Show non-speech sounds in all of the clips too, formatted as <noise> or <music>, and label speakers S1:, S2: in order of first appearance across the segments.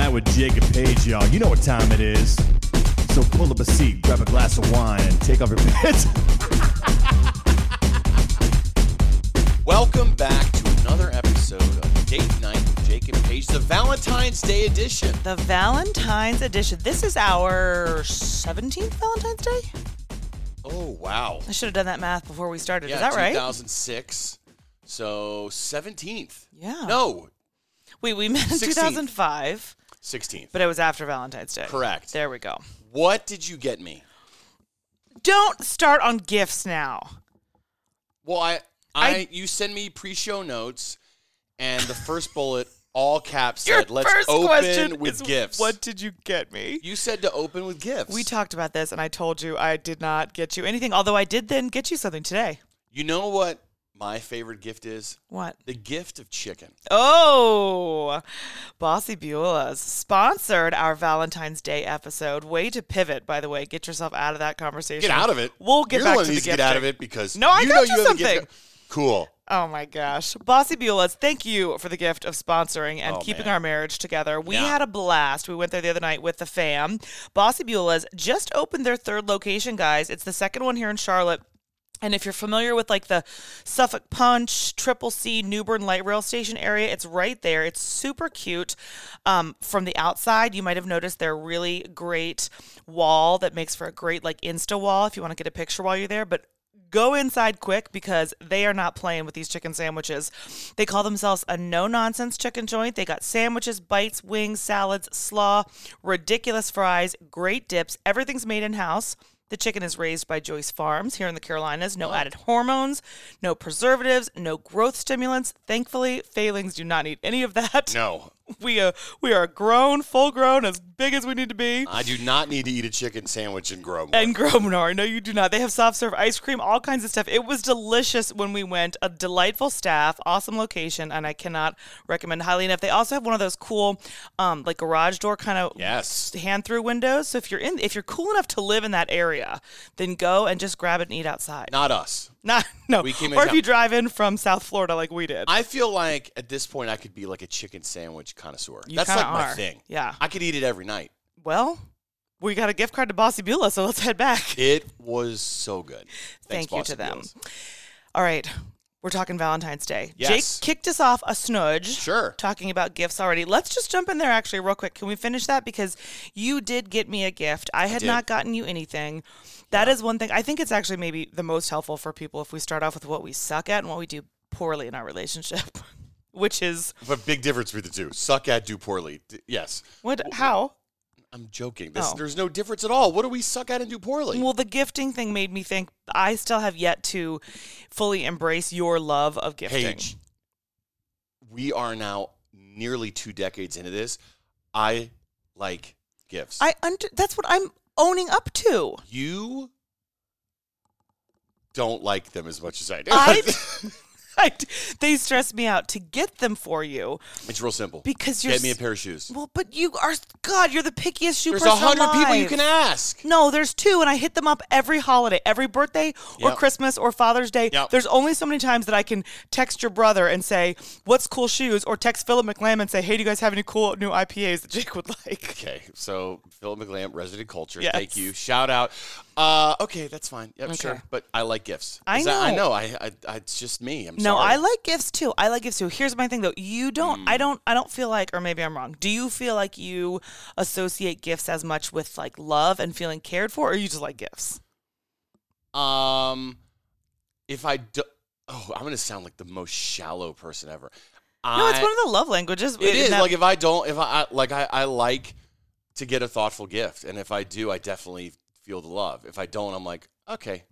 S1: Oh, with Jacob Page, y'all. You know what time it is. So pull up a seat, grab a glass of wine, take off your <laughs> pants.
S2: Welcome back to another episode of Date Night with Jake and Paige, the Valentine's Day edition.
S3: The Valentine's edition. This is our 17th Valentine's Day?
S2: Oh, wow.
S3: I should have done that math before we started.
S2: Yeah,
S3: is that right?
S2: 2006. So 17th.
S3: Yeah.
S2: No,
S3: We, we met in
S2: 16th.
S3: 2005,
S2: 16th.
S3: but it was after Valentine's Day.
S2: Correct.
S3: There we go.
S2: What did you get me?
S3: Don't start on gifts now.
S2: Well, I, I,
S3: I-
S2: you send me pre-show notes, and the first bullet, all caps,
S3: Your
S2: said, "Let's
S3: first
S2: open
S3: question
S2: with
S3: is,
S2: gifts."
S3: What did you get me?
S2: you said to open with gifts.
S3: We talked about this, and I told you I did not get you anything, although I did then get you something today.
S2: You know what my favorite gift is?
S3: What?
S2: The gift of chicken.
S3: Oh, Bossy Beulah's sponsored our Valentine's Day episode. Way to pivot, by the way. Get yourself out of that conversation.
S2: Get out of it.
S3: We'll get
S2: You're
S3: back
S2: the one
S3: to
S2: who
S3: the
S2: needs to get out of
S3: gifting.
S2: it because
S3: No, I
S2: you
S3: got
S2: know
S3: you
S2: you have a gift
S3: something.
S2: to- Cool.
S3: Oh my gosh. Bossy Beulah's, thank you for the gift of sponsoring and
S2: Oh,
S3: keeping
S2: man.
S3: our marriage together. We
S2: Yeah.
S3: had a blast. We went there the other night with the fam. Bossy Beulah's just opened their third location, guys. It's the second one here in Charlotte. And if you're familiar with like the Suffolk Punch, Triple C, Newbern Light Rail Station area, it's right there. It's super cute. Um, from the outside, you might have noticed their really great wall that makes for a great like Insta wall if you want to get a picture while you're there. But go inside quick because they are not playing with these chicken sandwiches. They call themselves a no nonsense chicken joint. They got sandwiches, bites, wings, salads, slaw, ridiculous fries, great dips. Everything's made in house. The chicken is raised by Joyce Farms here in the Carolinas. No added hormones, no preservatives, no growth stimulants. Thankfully, failings do not need any of that.
S2: No,
S3: <laughs> We are we are grown, full grown, as big as we need to be.
S2: I do not need to eat a chicken sandwich and grow. more.
S3: And Gromnar. No, you do not. They have soft serve ice cream, all kinds of stuff. It was delicious when we went. A delightful staff, awesome location, and I cannot recommend highly enough. They also have one of those cool, um, like garage door kind of
S2: yes.
S3: hand through windows. So if you're in, if you're cool enough to live in that area, then go and just grab it and eat outside.
S2: Not us.
S3: Not no.
S2: We came in
S3: or if
S2: town.
S3: you drive in from South Florida like we did.
S2: I feel like at this point I could be like a chicken sandwich connoisseur.
S3: You
S2: That's like
S3: kinda
S2: my
S3: are.
S2: thing.
S3: Yeah.
S2: I could eat it every night.
S3: well, we got a gift card to Bossy Beulah, so let's head back.
S2: It was so good. Thanks,
S3: Thank you
S2: Bossy
S3: to them.
S2: Beals.
S3: All right. We're talking Valentine's Day.
S2: Yes.
S3: Jake kicked us off a snudge.
S2: Sure.
S3: Talking about gifts already. Let's just jump in there actually real quick. Can we finish that? Because you did get me a gift. I had
S2: did.
S3: not gotten you anything. That is one thing. I think it's actually maybe the most helpful for people if we start off with what we suck at and what we do poorly in our relationship, <laughs> which is
S2: But big difference between the two. Suck at, do poorly. D- yes.
S3: what? How?
S2: I'm joking. This,
S3: Oh.
S2: There's no difference at all. What do we suck at and do poorly?
S3: Well, the gifting thing made me think I still have yet to fully embrace your love of gifting.
S2: Paige, we are now nearly two decades into this. I like gifts.
S3: I under, that's what I'm owning up
S2: <laughs>
S3: to.
S2: you don't like them as much as I do.
S3: I, <laughs> I, they stress me out to get them for you
S2: <laughs> it's real simple.
S3: because you're
S2: Get me a
S3: s-
S2: pair of shoes.
S3: well, but you are God. You're the pickiest shoe
S2: There's a
S3: person
S2: hundred people you
S3: alive.
S2: can ask.
S3: No, there's two, and I hit them up every holiday, every birthday or
S2: Yep.
S3: Christmas or Father's Day.
S2: Yep.
S3: There's only so many times that I can text your brother and say, "What's cool shoes?" or text Philip McLam and say, "Hey, do you guys have any cool new IPAs that Jake would <laughs> like?"
S2: Okay, so Phil McLamp, resident culture.
S3: Yes.
S2: Thank you. Shout out. Uh, okay, that's fine. Yep, sure.
S3: Okay.
S2: But I like gifts.
S3: I
S2: Is that- I
S3: know.
S2: know. I, I, I, it's just me. I'm
S3: No,
S2: sorry. Mm.
S3: I like gifts too. I like gifts too. Here's my thing though. You don't I don't I don't feel like or maybe I'm wrong. Do you feel like you associate gifts as much with like love and feeling cared for or you just like gifts?
S2: Um, if I do, oh, I'm gonna sound like the most shallow person ever. I,
S3: No, it's one of the love languages.
S2: It
S3: in
S2: is
S3: that-
S2: like if I don't, if I, I like, I, I like to get a thoughtful gift, and if I do, I definitely feel the love. If I don't, I'm like, okay,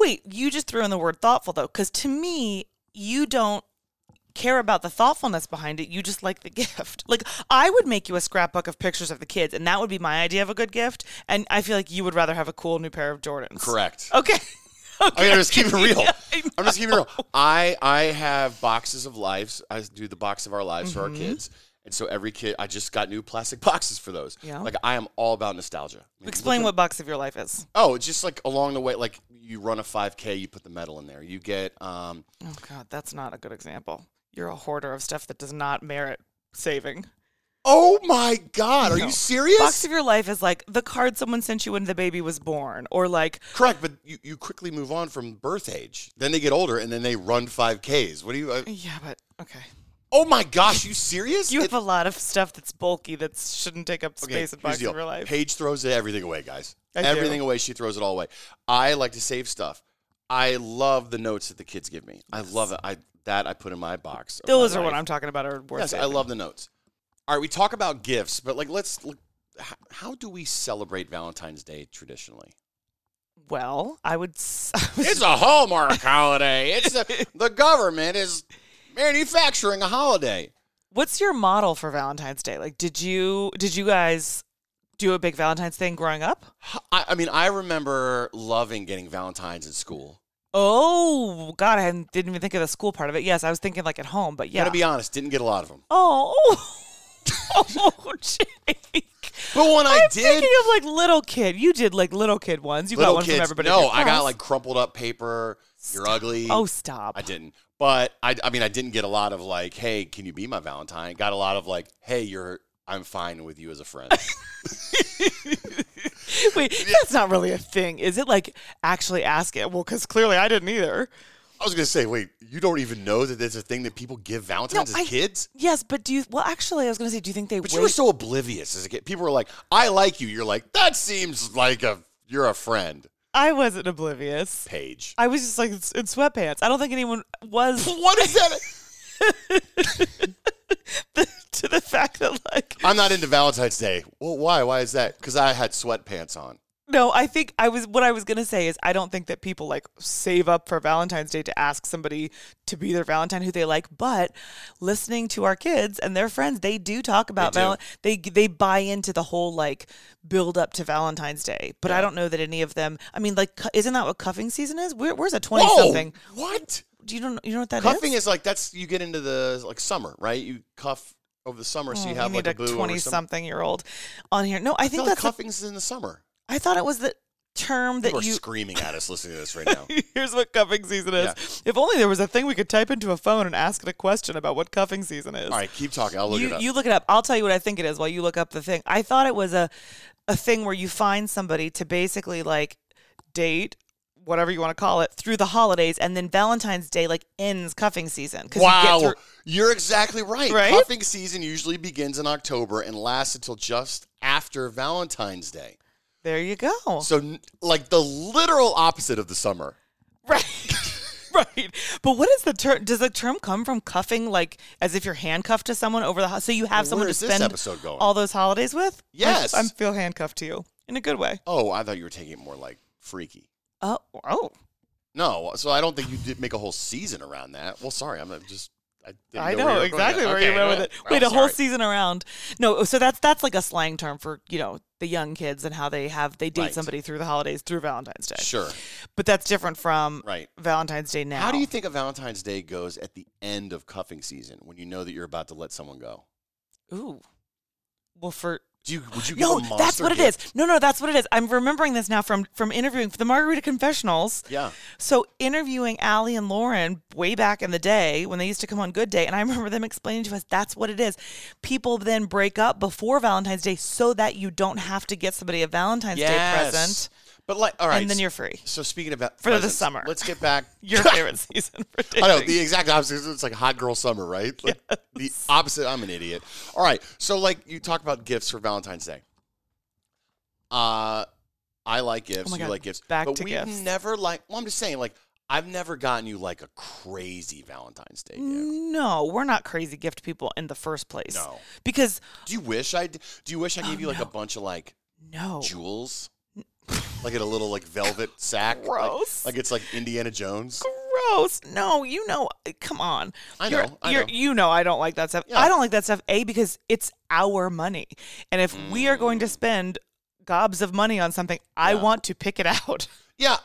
S3: Wait, you just threw in the word thoughtful though cuz to me you don't care about the thoughtfulness behind it. You just like the <laughs> gift. Like I would make you a scrapbook of pictures of the kids and that would be my idea of a good gift and I feel like you would rather have a cool new pair of Jordans.
S2: correct.
S3: Okay. <laughs> okay.
S2: I mean, I'm just
S3: <laughs>
S2: keeping it real.
S3: I
S2: I'm just keeping it real. I I have boxes of lives. I do the box of our lives
S3: Mm-hmm.
S2: for our kids, and so every kid, I just got new plastic <laughs> boxes for those.
S3: Yeah.
S2: Like I am all about nostalgia. I mean,
S3: Explain what box of your life is.
S2: Oh, it's just like along the way, like you run a 5K, you put the medal in there. You get, um,
S3: Oh God, that's not a good example. You're a hoarder of stuff that does not merit saving.
S2: Oh my God, are you
S3: Box
S2: serious?
S3: of your life is like the card someone sent you when the baby was born, or like
S2: Correct, but you, you quickly move on from birth age. Then they get older and then they run 5Ks. What do you. Uh,
S3: yeah, but okay.
S2: oh my gosh, you serious?
S3: You
S2: It-
S3: have a lot of stuff that's bulky that shouldn't take up
S2: Okay,
S3: space in
S2: here's
S3: box
S2: the deal.
S3: of your life.
S2: Paige throws everything away, guys.
S3: I do.
S2: everything away. She throws it all away. I like to save stuff. I love the notes that the kids give me. I love it. I that I put in my box. of my
S3: Those are what
S2: life.
S3: I'm talking about. Are worth
S2: Yes, I
S3: saving.
S2: love the notes. All right, we talk about gifts, but like, let's. Look, h- how do we celebrate Valentine's Day traditionally?
S3: Well, I would. s- <laughs>
S2: It's a Hallmark holiday. It's <laughs> the, the government is manufacturing a holiday.
S3: What's your model for Valentine's Day? Like, did you did you guys do a big Valentine's thing growing up?
S2: I, I mean, I remember loving getting Valentines in school.
S3: Oh God, I hadn't- didn't even think of the school part of it. Yes, I was thinking like at home, but yeah.
S2: Gotta be honest, didn't get a lot of them.
S3: oh, <laughs> oh, Jake.
S2: But when I
S3: I'm
S2: did,
S3: thinking of like little kid. You did like little kid ones. You got one from everybody. at
S2: No,
S3: your
S2: I got
S3: house.
S2: like crumpled up paper. You're ugly.
S3: Oh, stop.
S2: I didn't. But I, I mean, I didn't get a lot of like, hey, can you be my Valentine? Got a lot of like, hey, you're, I'm fine with you as a <laughs> friend.
S3: Wait, <laughs> that's not really a thing, is it? Like actually ask it. Well, because clearly I didn't either.
S2: I was gonna say, wait, you don't even know that there's a thing that people give Valentines
S3: No,
S2: as
S3: I-
S2: kids.
S3: Yes, but do you? Well, actually, I was gonna say, do you think they?
S2: But
S3: wait?
S2: you were so oblivious as a kid. People were like, I like you. You're like, that seems like a, you're a friend,
S3: I wasn't oblivious.
S2: Paige.
S3: I was just like in sweatpants. I don't think anyone
S2: <laughs>
S3: was <laughs>
S2: what is that?
S3: to the fact that like
S2: I'm not into Valentine's Day. Well, why? Why is that? Because I had sweatpants on.
S3: No, I think I was what I was gonna say is I don't think that people like save up for Valentine's Day to ask somebody to be their Valentine who they like, but listening to our kids and their friends, they do talk about
S2: do.
S3: Val- they they buy into the whole like build up to Valentine's Day. But I don't know that any of them. I mean, like, cu- isn't that what cuffing season is? Where, where's a twenty something?
S2: Whoa, what?
S3: Do you don't you know what that is?
S2: Cuffing is like that's you get into the like summer, right? You cuff over the summer, so you
S3: We
S2: have
S3: Oh, Mm, need
S2: like a boo
S3: a
S2: over
S3: twenty
S2: summer.
S3: something year old on here. No, I
S2: I feel
S3: think
S2: like
S3: that's. the-
S2: cuffing's in the summer.
S3: I thought it was the term that
S2: People are
S3: you
S2: screaming at us listening to this
S3: <laughs>
S2: right now.
S3: Here's what cuffing season is. If only there was a thing we could type into a phone and ask it a question about what cuffing season is.
S2: All right, keep talking. I'll look
S3: you
S2: it up.
S3: you look it up. I'll tell you what I think it is while you look up the thing. I thought it was a a thing where you find somebody to basically like date whatever you want to call it through the holidays and then Valentine's Day like ends cuffing season cuz you
S2: wow,
S3: get through,
S2: you are exactly right.
S3: Right?
S2: Cuffing season usually begins in October and lasts until just after Valentine's Day.
S3: there you go.
S2: So, n- like the literal opposite of the summer.
S3: Right. <laughs> right. But what is the term? Does the term come from cuffing, like as if you're handcuffed to someone over the ho- so you have
S2: Where
S3: someone to
S2: is this
S3: spend
S2: episode going?
S3: all those holidays with?
S2: Yes.
S3: I, I feel handcuffed to you in a good way.
S2: Oh, I thought you were taking it more like freaky.
S3: Oh, oh,
S2: No, so I don't think you did make a whole season around that. Well, sorry, I'm uh, just. I, didn't
S3: I
S2: know, where you were
S3: know
S2: going with
S3: exactly
S2: that.
S3: where
S2: Okay,
S3: you went with
S2: well,
S3: it. Wait,
S2: well,
S3: a whole
S2: sorry.
S3: season around. No, oh, so that's that's like a slang term for you know the young kids and how they have they date
S2: Right.
S3: somebody through the holidays through Valentine's Day.
S2: Sure.
S3: But that's different from
S2: Right.
S3: Valentine's Day now.
S2: How do you think a Valentine's Day goes at the end of cuffing season when you know that you're about to let someone go?
S3: Ooh. Well, for
S2: Do you, would you give a
S3: No,
S2: monster
S3: that's what it
S2: gift?
S3: is. No, no, that's what it is. I'm remembering this now from from interviewing for the Margarita Confessionals.
S2: Yeah.
S3: So interviewing Allie and Lauren way back in the day when they used to come on Good Day, and I <laughs> remember them explaining to us that's what it is. People then break up before Valentine's Day so that you don't have to get somebody a Valentine's Day present,
S2: But like, all right.
S3: and then
S2: <laughs>
S3: you're free
S2: so speaking about
S3: for the
S2: presents,
S3: summer.
S2: let's get back.
S3: <laughs>
S2: <laughs>
S3: your favorite season. For dating.
S2: I know the exact opposite. It's like hot girl summer, right? Like, The opposite. I'm an idiot. All right. So like, you talk about gifts for Valentine's Day. Uh, I like gifts.
S3: Oh my
S2: you
S3: God,
S2: like gifts.
S3: back
S2: but
S3: to
S2: we
S3: gifts.
S2: never like. Well, I'm just saying, like, I've never gotten you like a crazy Valentine's Day gift.
S3: no, we're not crazy gift people in the first place.
S2: No.
S3: because
S2: Do you wish I? Do you wish I gave
S3: Oh,
S2: you like a bunch of like
S3: no,
S2: jewels, <laughs> like in a little like velvet sack? like-
S3: Gross.
S2: Like, it's like Indiana Jones.
S3: gross. No, you know, come on.
S2: I
S3: You're-
S2: know, I
S3: you're-
S2: know.
S3: You know, I don't like that stuff.
S2: Yeah.
S3: I don't like that stuff. A because it's our money, and if we are going to
S2: Mm.
S3: spend gobs of money on something, I want to pick it out. <laughs>
S2: Yeah.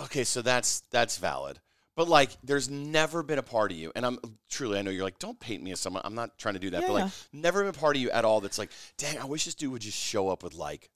S2: Okay, so that's that's valid. But like, there's never been a part of you, and I'm truly, I know you're like, don't paint me as someone. I'm not trying to do that,
S3: Yeah,
S2: but like,
S3: yeah.
S2: never been a part of you at all that's like, dang, I wish this dude would just show up with like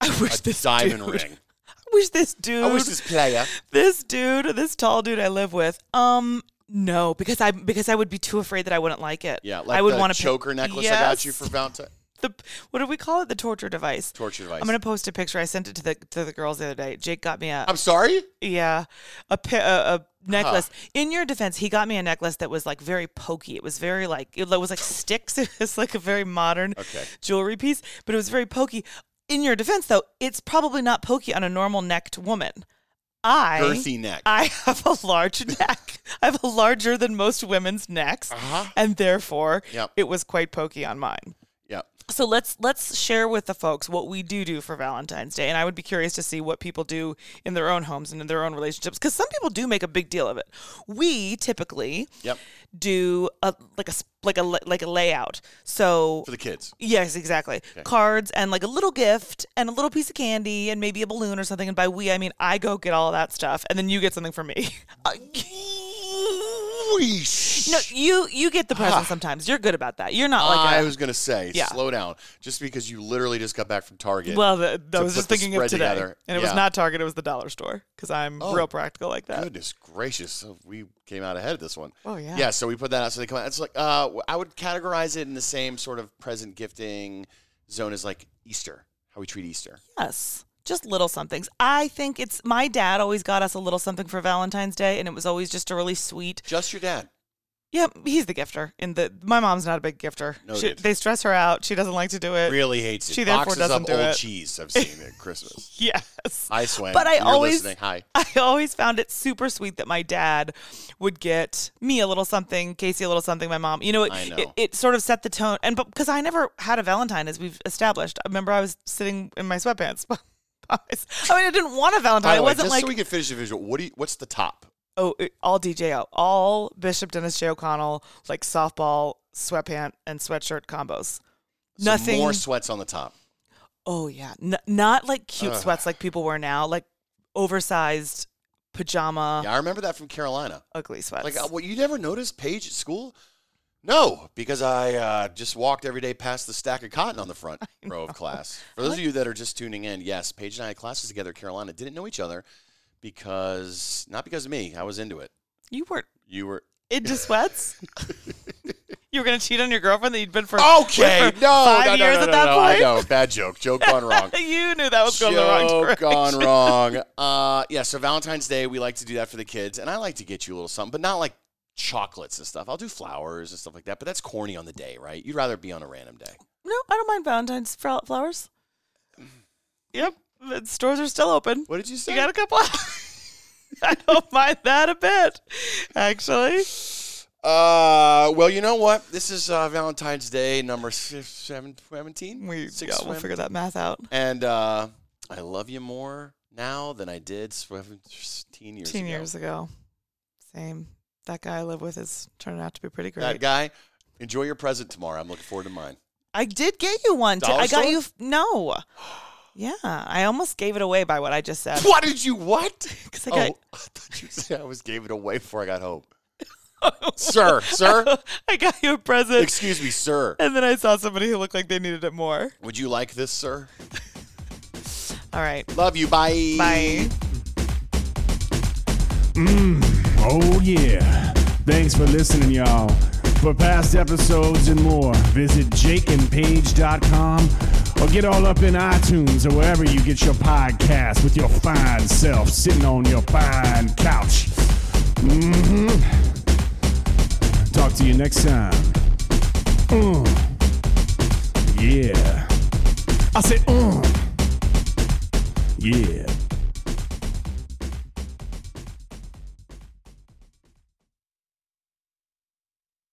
S3: I wish
S2: a
S3: <laughs> this
S2: diamond
S3: dude,
S2: ring.
S3: I wish this dude.
S2: I wish this player.
S3: this dude, this tall dude I live with, um, No, because I because I would be too afraid that I wouldn't like it.
S2: Yeah, like
S3: I would
S2: the
S3: want to
S2: choker necklace I got you for Valentine
S3: the what do we call it? The torture device.
S2: torture device.
S3: I'm gonna post a picture. I sent it to the to the girls the other day. Jake got me a
S2: I'm sorry.
S3: <laughs> yeah a pi- a, a necklace. In your defense, he got me a necklace that was like very pokey. It was very like it was like sticks. <laughs> It was like a very modern
S2: Okay.
S3: jewelry piece, but it was very pokey. In your defense, though, it's probably not pokey on a normal necked woman. I
S2: Girthy neck.
S3: I have a large <laughs> neck. I have a larger than most women's necks,
S2: Uh-huh.
S3: and therefore
S2: Yep.
S3: it was quite pokey on mine.
S2: yeah.
S3: So let's let's share with the folks what we do do for Valentine's Day, and I would be curious to see what people do in their own homes and in their own relationships because some people do make a big deal of it. We typically
S2: Yep.
S3: do a like a s- like a la- like a layout. So
S2: For the kids.
S3: Yes, exactly. Cards and like a little gift and a little piece of candy and maybe a balloon or something. And by we, I mean I go get all that stuff and then you get something for me. <laughs> Uh,
S2: Weesh.
S3: no, you you get the present sometimes. You're good about that. You're not like
S2: Ah. I
S3: a,
S2: was gonna say,
S3: Yeah.
S2: slow down, just because you literally just got back from Target.
S3: well. The, I
S2: to
S3: was just
S2: put the
S3: thinking of
S2: spread
S3: today,
S2: together.
S3: and it
S2: Yeah.
S3: was not Target. It was the dollar store because I'm real practical like that.
S2: Goodness gracious, so we came out ahead of this one.
S3: uh Oh, yeah.
S2: yeah. So we put that out. So they come out. It's like uh, I would categorize it in the same sort of present gifting zone as like Easter, how we treat Easter.
S3: Yes. Just little somethings. I think it's my dad always got us a little something for Valentine's Day, and it was always just a really sweet
S2: Just your dad.
S3: Yeah, he's the gifter. And the my mom's not a big gifter. She,
S2: Noted.
S3: they stress her out. She doesn't like to do it.
S2: Really hates it.
S3: She therefore
S2: Boxes
S3: doesn't
S2: up
S3: do
S2: old
S3: it.
S2: cheese. I've seen at
S3: <laughs>
S2: Christmas.
S3: <laughs> Yes.
S2: I swear.
S3: But I
S2: You're
S3: always-
S2: listening. hi.
S3: I always found it super sweet that my dad would get me a little something, Casey a little something, my mom. You know, it,
S2: I know.
S3: it, it sort of set the tone. And because I never had a Valentine, as we've established, I remember I was sitting in my sweatpants. <laughs> I mean, I didn't want a Valentine.
S2: By
S3: it
S2: the way,
S3: wasn't
S2: just
S3: like
S2: so we can finish the visual. What do you, What's the top?
S3: oh, it- all DJO, all Bishop Dennis J O'Connell, like softball sweatpant and sweatshirt combos.
S2: So
S3: Nothing
S2: More sweats on the top.
S3: Oh yeah, N- not like cute
S2: Ugh.
S3: sweats like people wear now, like oversized pajama
S2: Yeah, I remember that from Carolina.
S3: ugly sweats.
S2: Like, uh, well, you never noticed Paige at school? No, because I uh, just walked every day past the stack of cotton on the
S3: <laughs>
S2: front row of class. For those of you that are just tuning in, yes, Paige and I had classes together at Carolina. Didn't know each other because, not because of me, I was into it.
S3: you were
S2: You
S3: <laughs>
S2: were.
S3: into
S2: <laughs>
S3: sweats. you were gonna cheat on your girlfriend that you'd been for
S2: Okay,
S3: with for
S2: no,
S3: five
S2: no, no,
S3: years
S2: no,
S3: at
S2: no,
S3: that
S2: no, I
S3: point.
S2: know. Bad joke. Joke gone wrong.
S3: <laughs> you knew that was going the wrong
S2: joke
S3: direction.
S2: gone <laughs> wrong. Uh, yeah, so Valentine's Day, we like to do that for the kids, and I like to get you a little something, but not like chocolates and stuff. I'll do flowers and stuff like that, but that's corny on the day, right? You'd rather be on a random day.
S3: No, I don't mind Valentine's fro- flowers. Yep, the stores are still open.
S2: What did you say?
S3: You got a couple. <laughs> I don't mind that a bit, actually.
S2: Uh, well, you know what? This is uh, Valentine's Day number six, seven, 17.
S3: We
S2: Six,
S3: yeah, we'll
S2: seven.
S3: figure that math out.
S2: And uh, I love you more now than I did 17 years
S3: Ten
S2: ago.
S3: years ago. Same. That guy I live with is turning out to be pretty
S2: That
S3: great.
S2: guy, enjoy your present tomorrow. I'm looking forward to mine.
S3: I did get you one. too.
S2: Dollar
S3: I got
S2: store?
S3: you. f- No. <gasps> Yeah, I almost gave it away by what I
S2: <laughs>
S3: just said.
S2: What did you what?
S3: 'Cause I got-
S2: oh, <laughs> I thought you said I was gave it away before I got
S3: <laughs>
S2: home. sir, sir,
S3: I got you a present,
S2: excuse me, sir.
S3: and then I saw somebody who looked like they needed it more.
S2: Would you like this, sir?
S3: All right.
S2: Love you. Bye.
S3: Bye.
S1: Oh, yeah. Thanks for listening, y'all. For past episodes and more, visit jakeandpage.com or get all up in iTunes or wherever you get your podcast with your fine self sitting on your fine couch. hmm Talk to you next time. Mm. Yeah. I said, mm. yeah.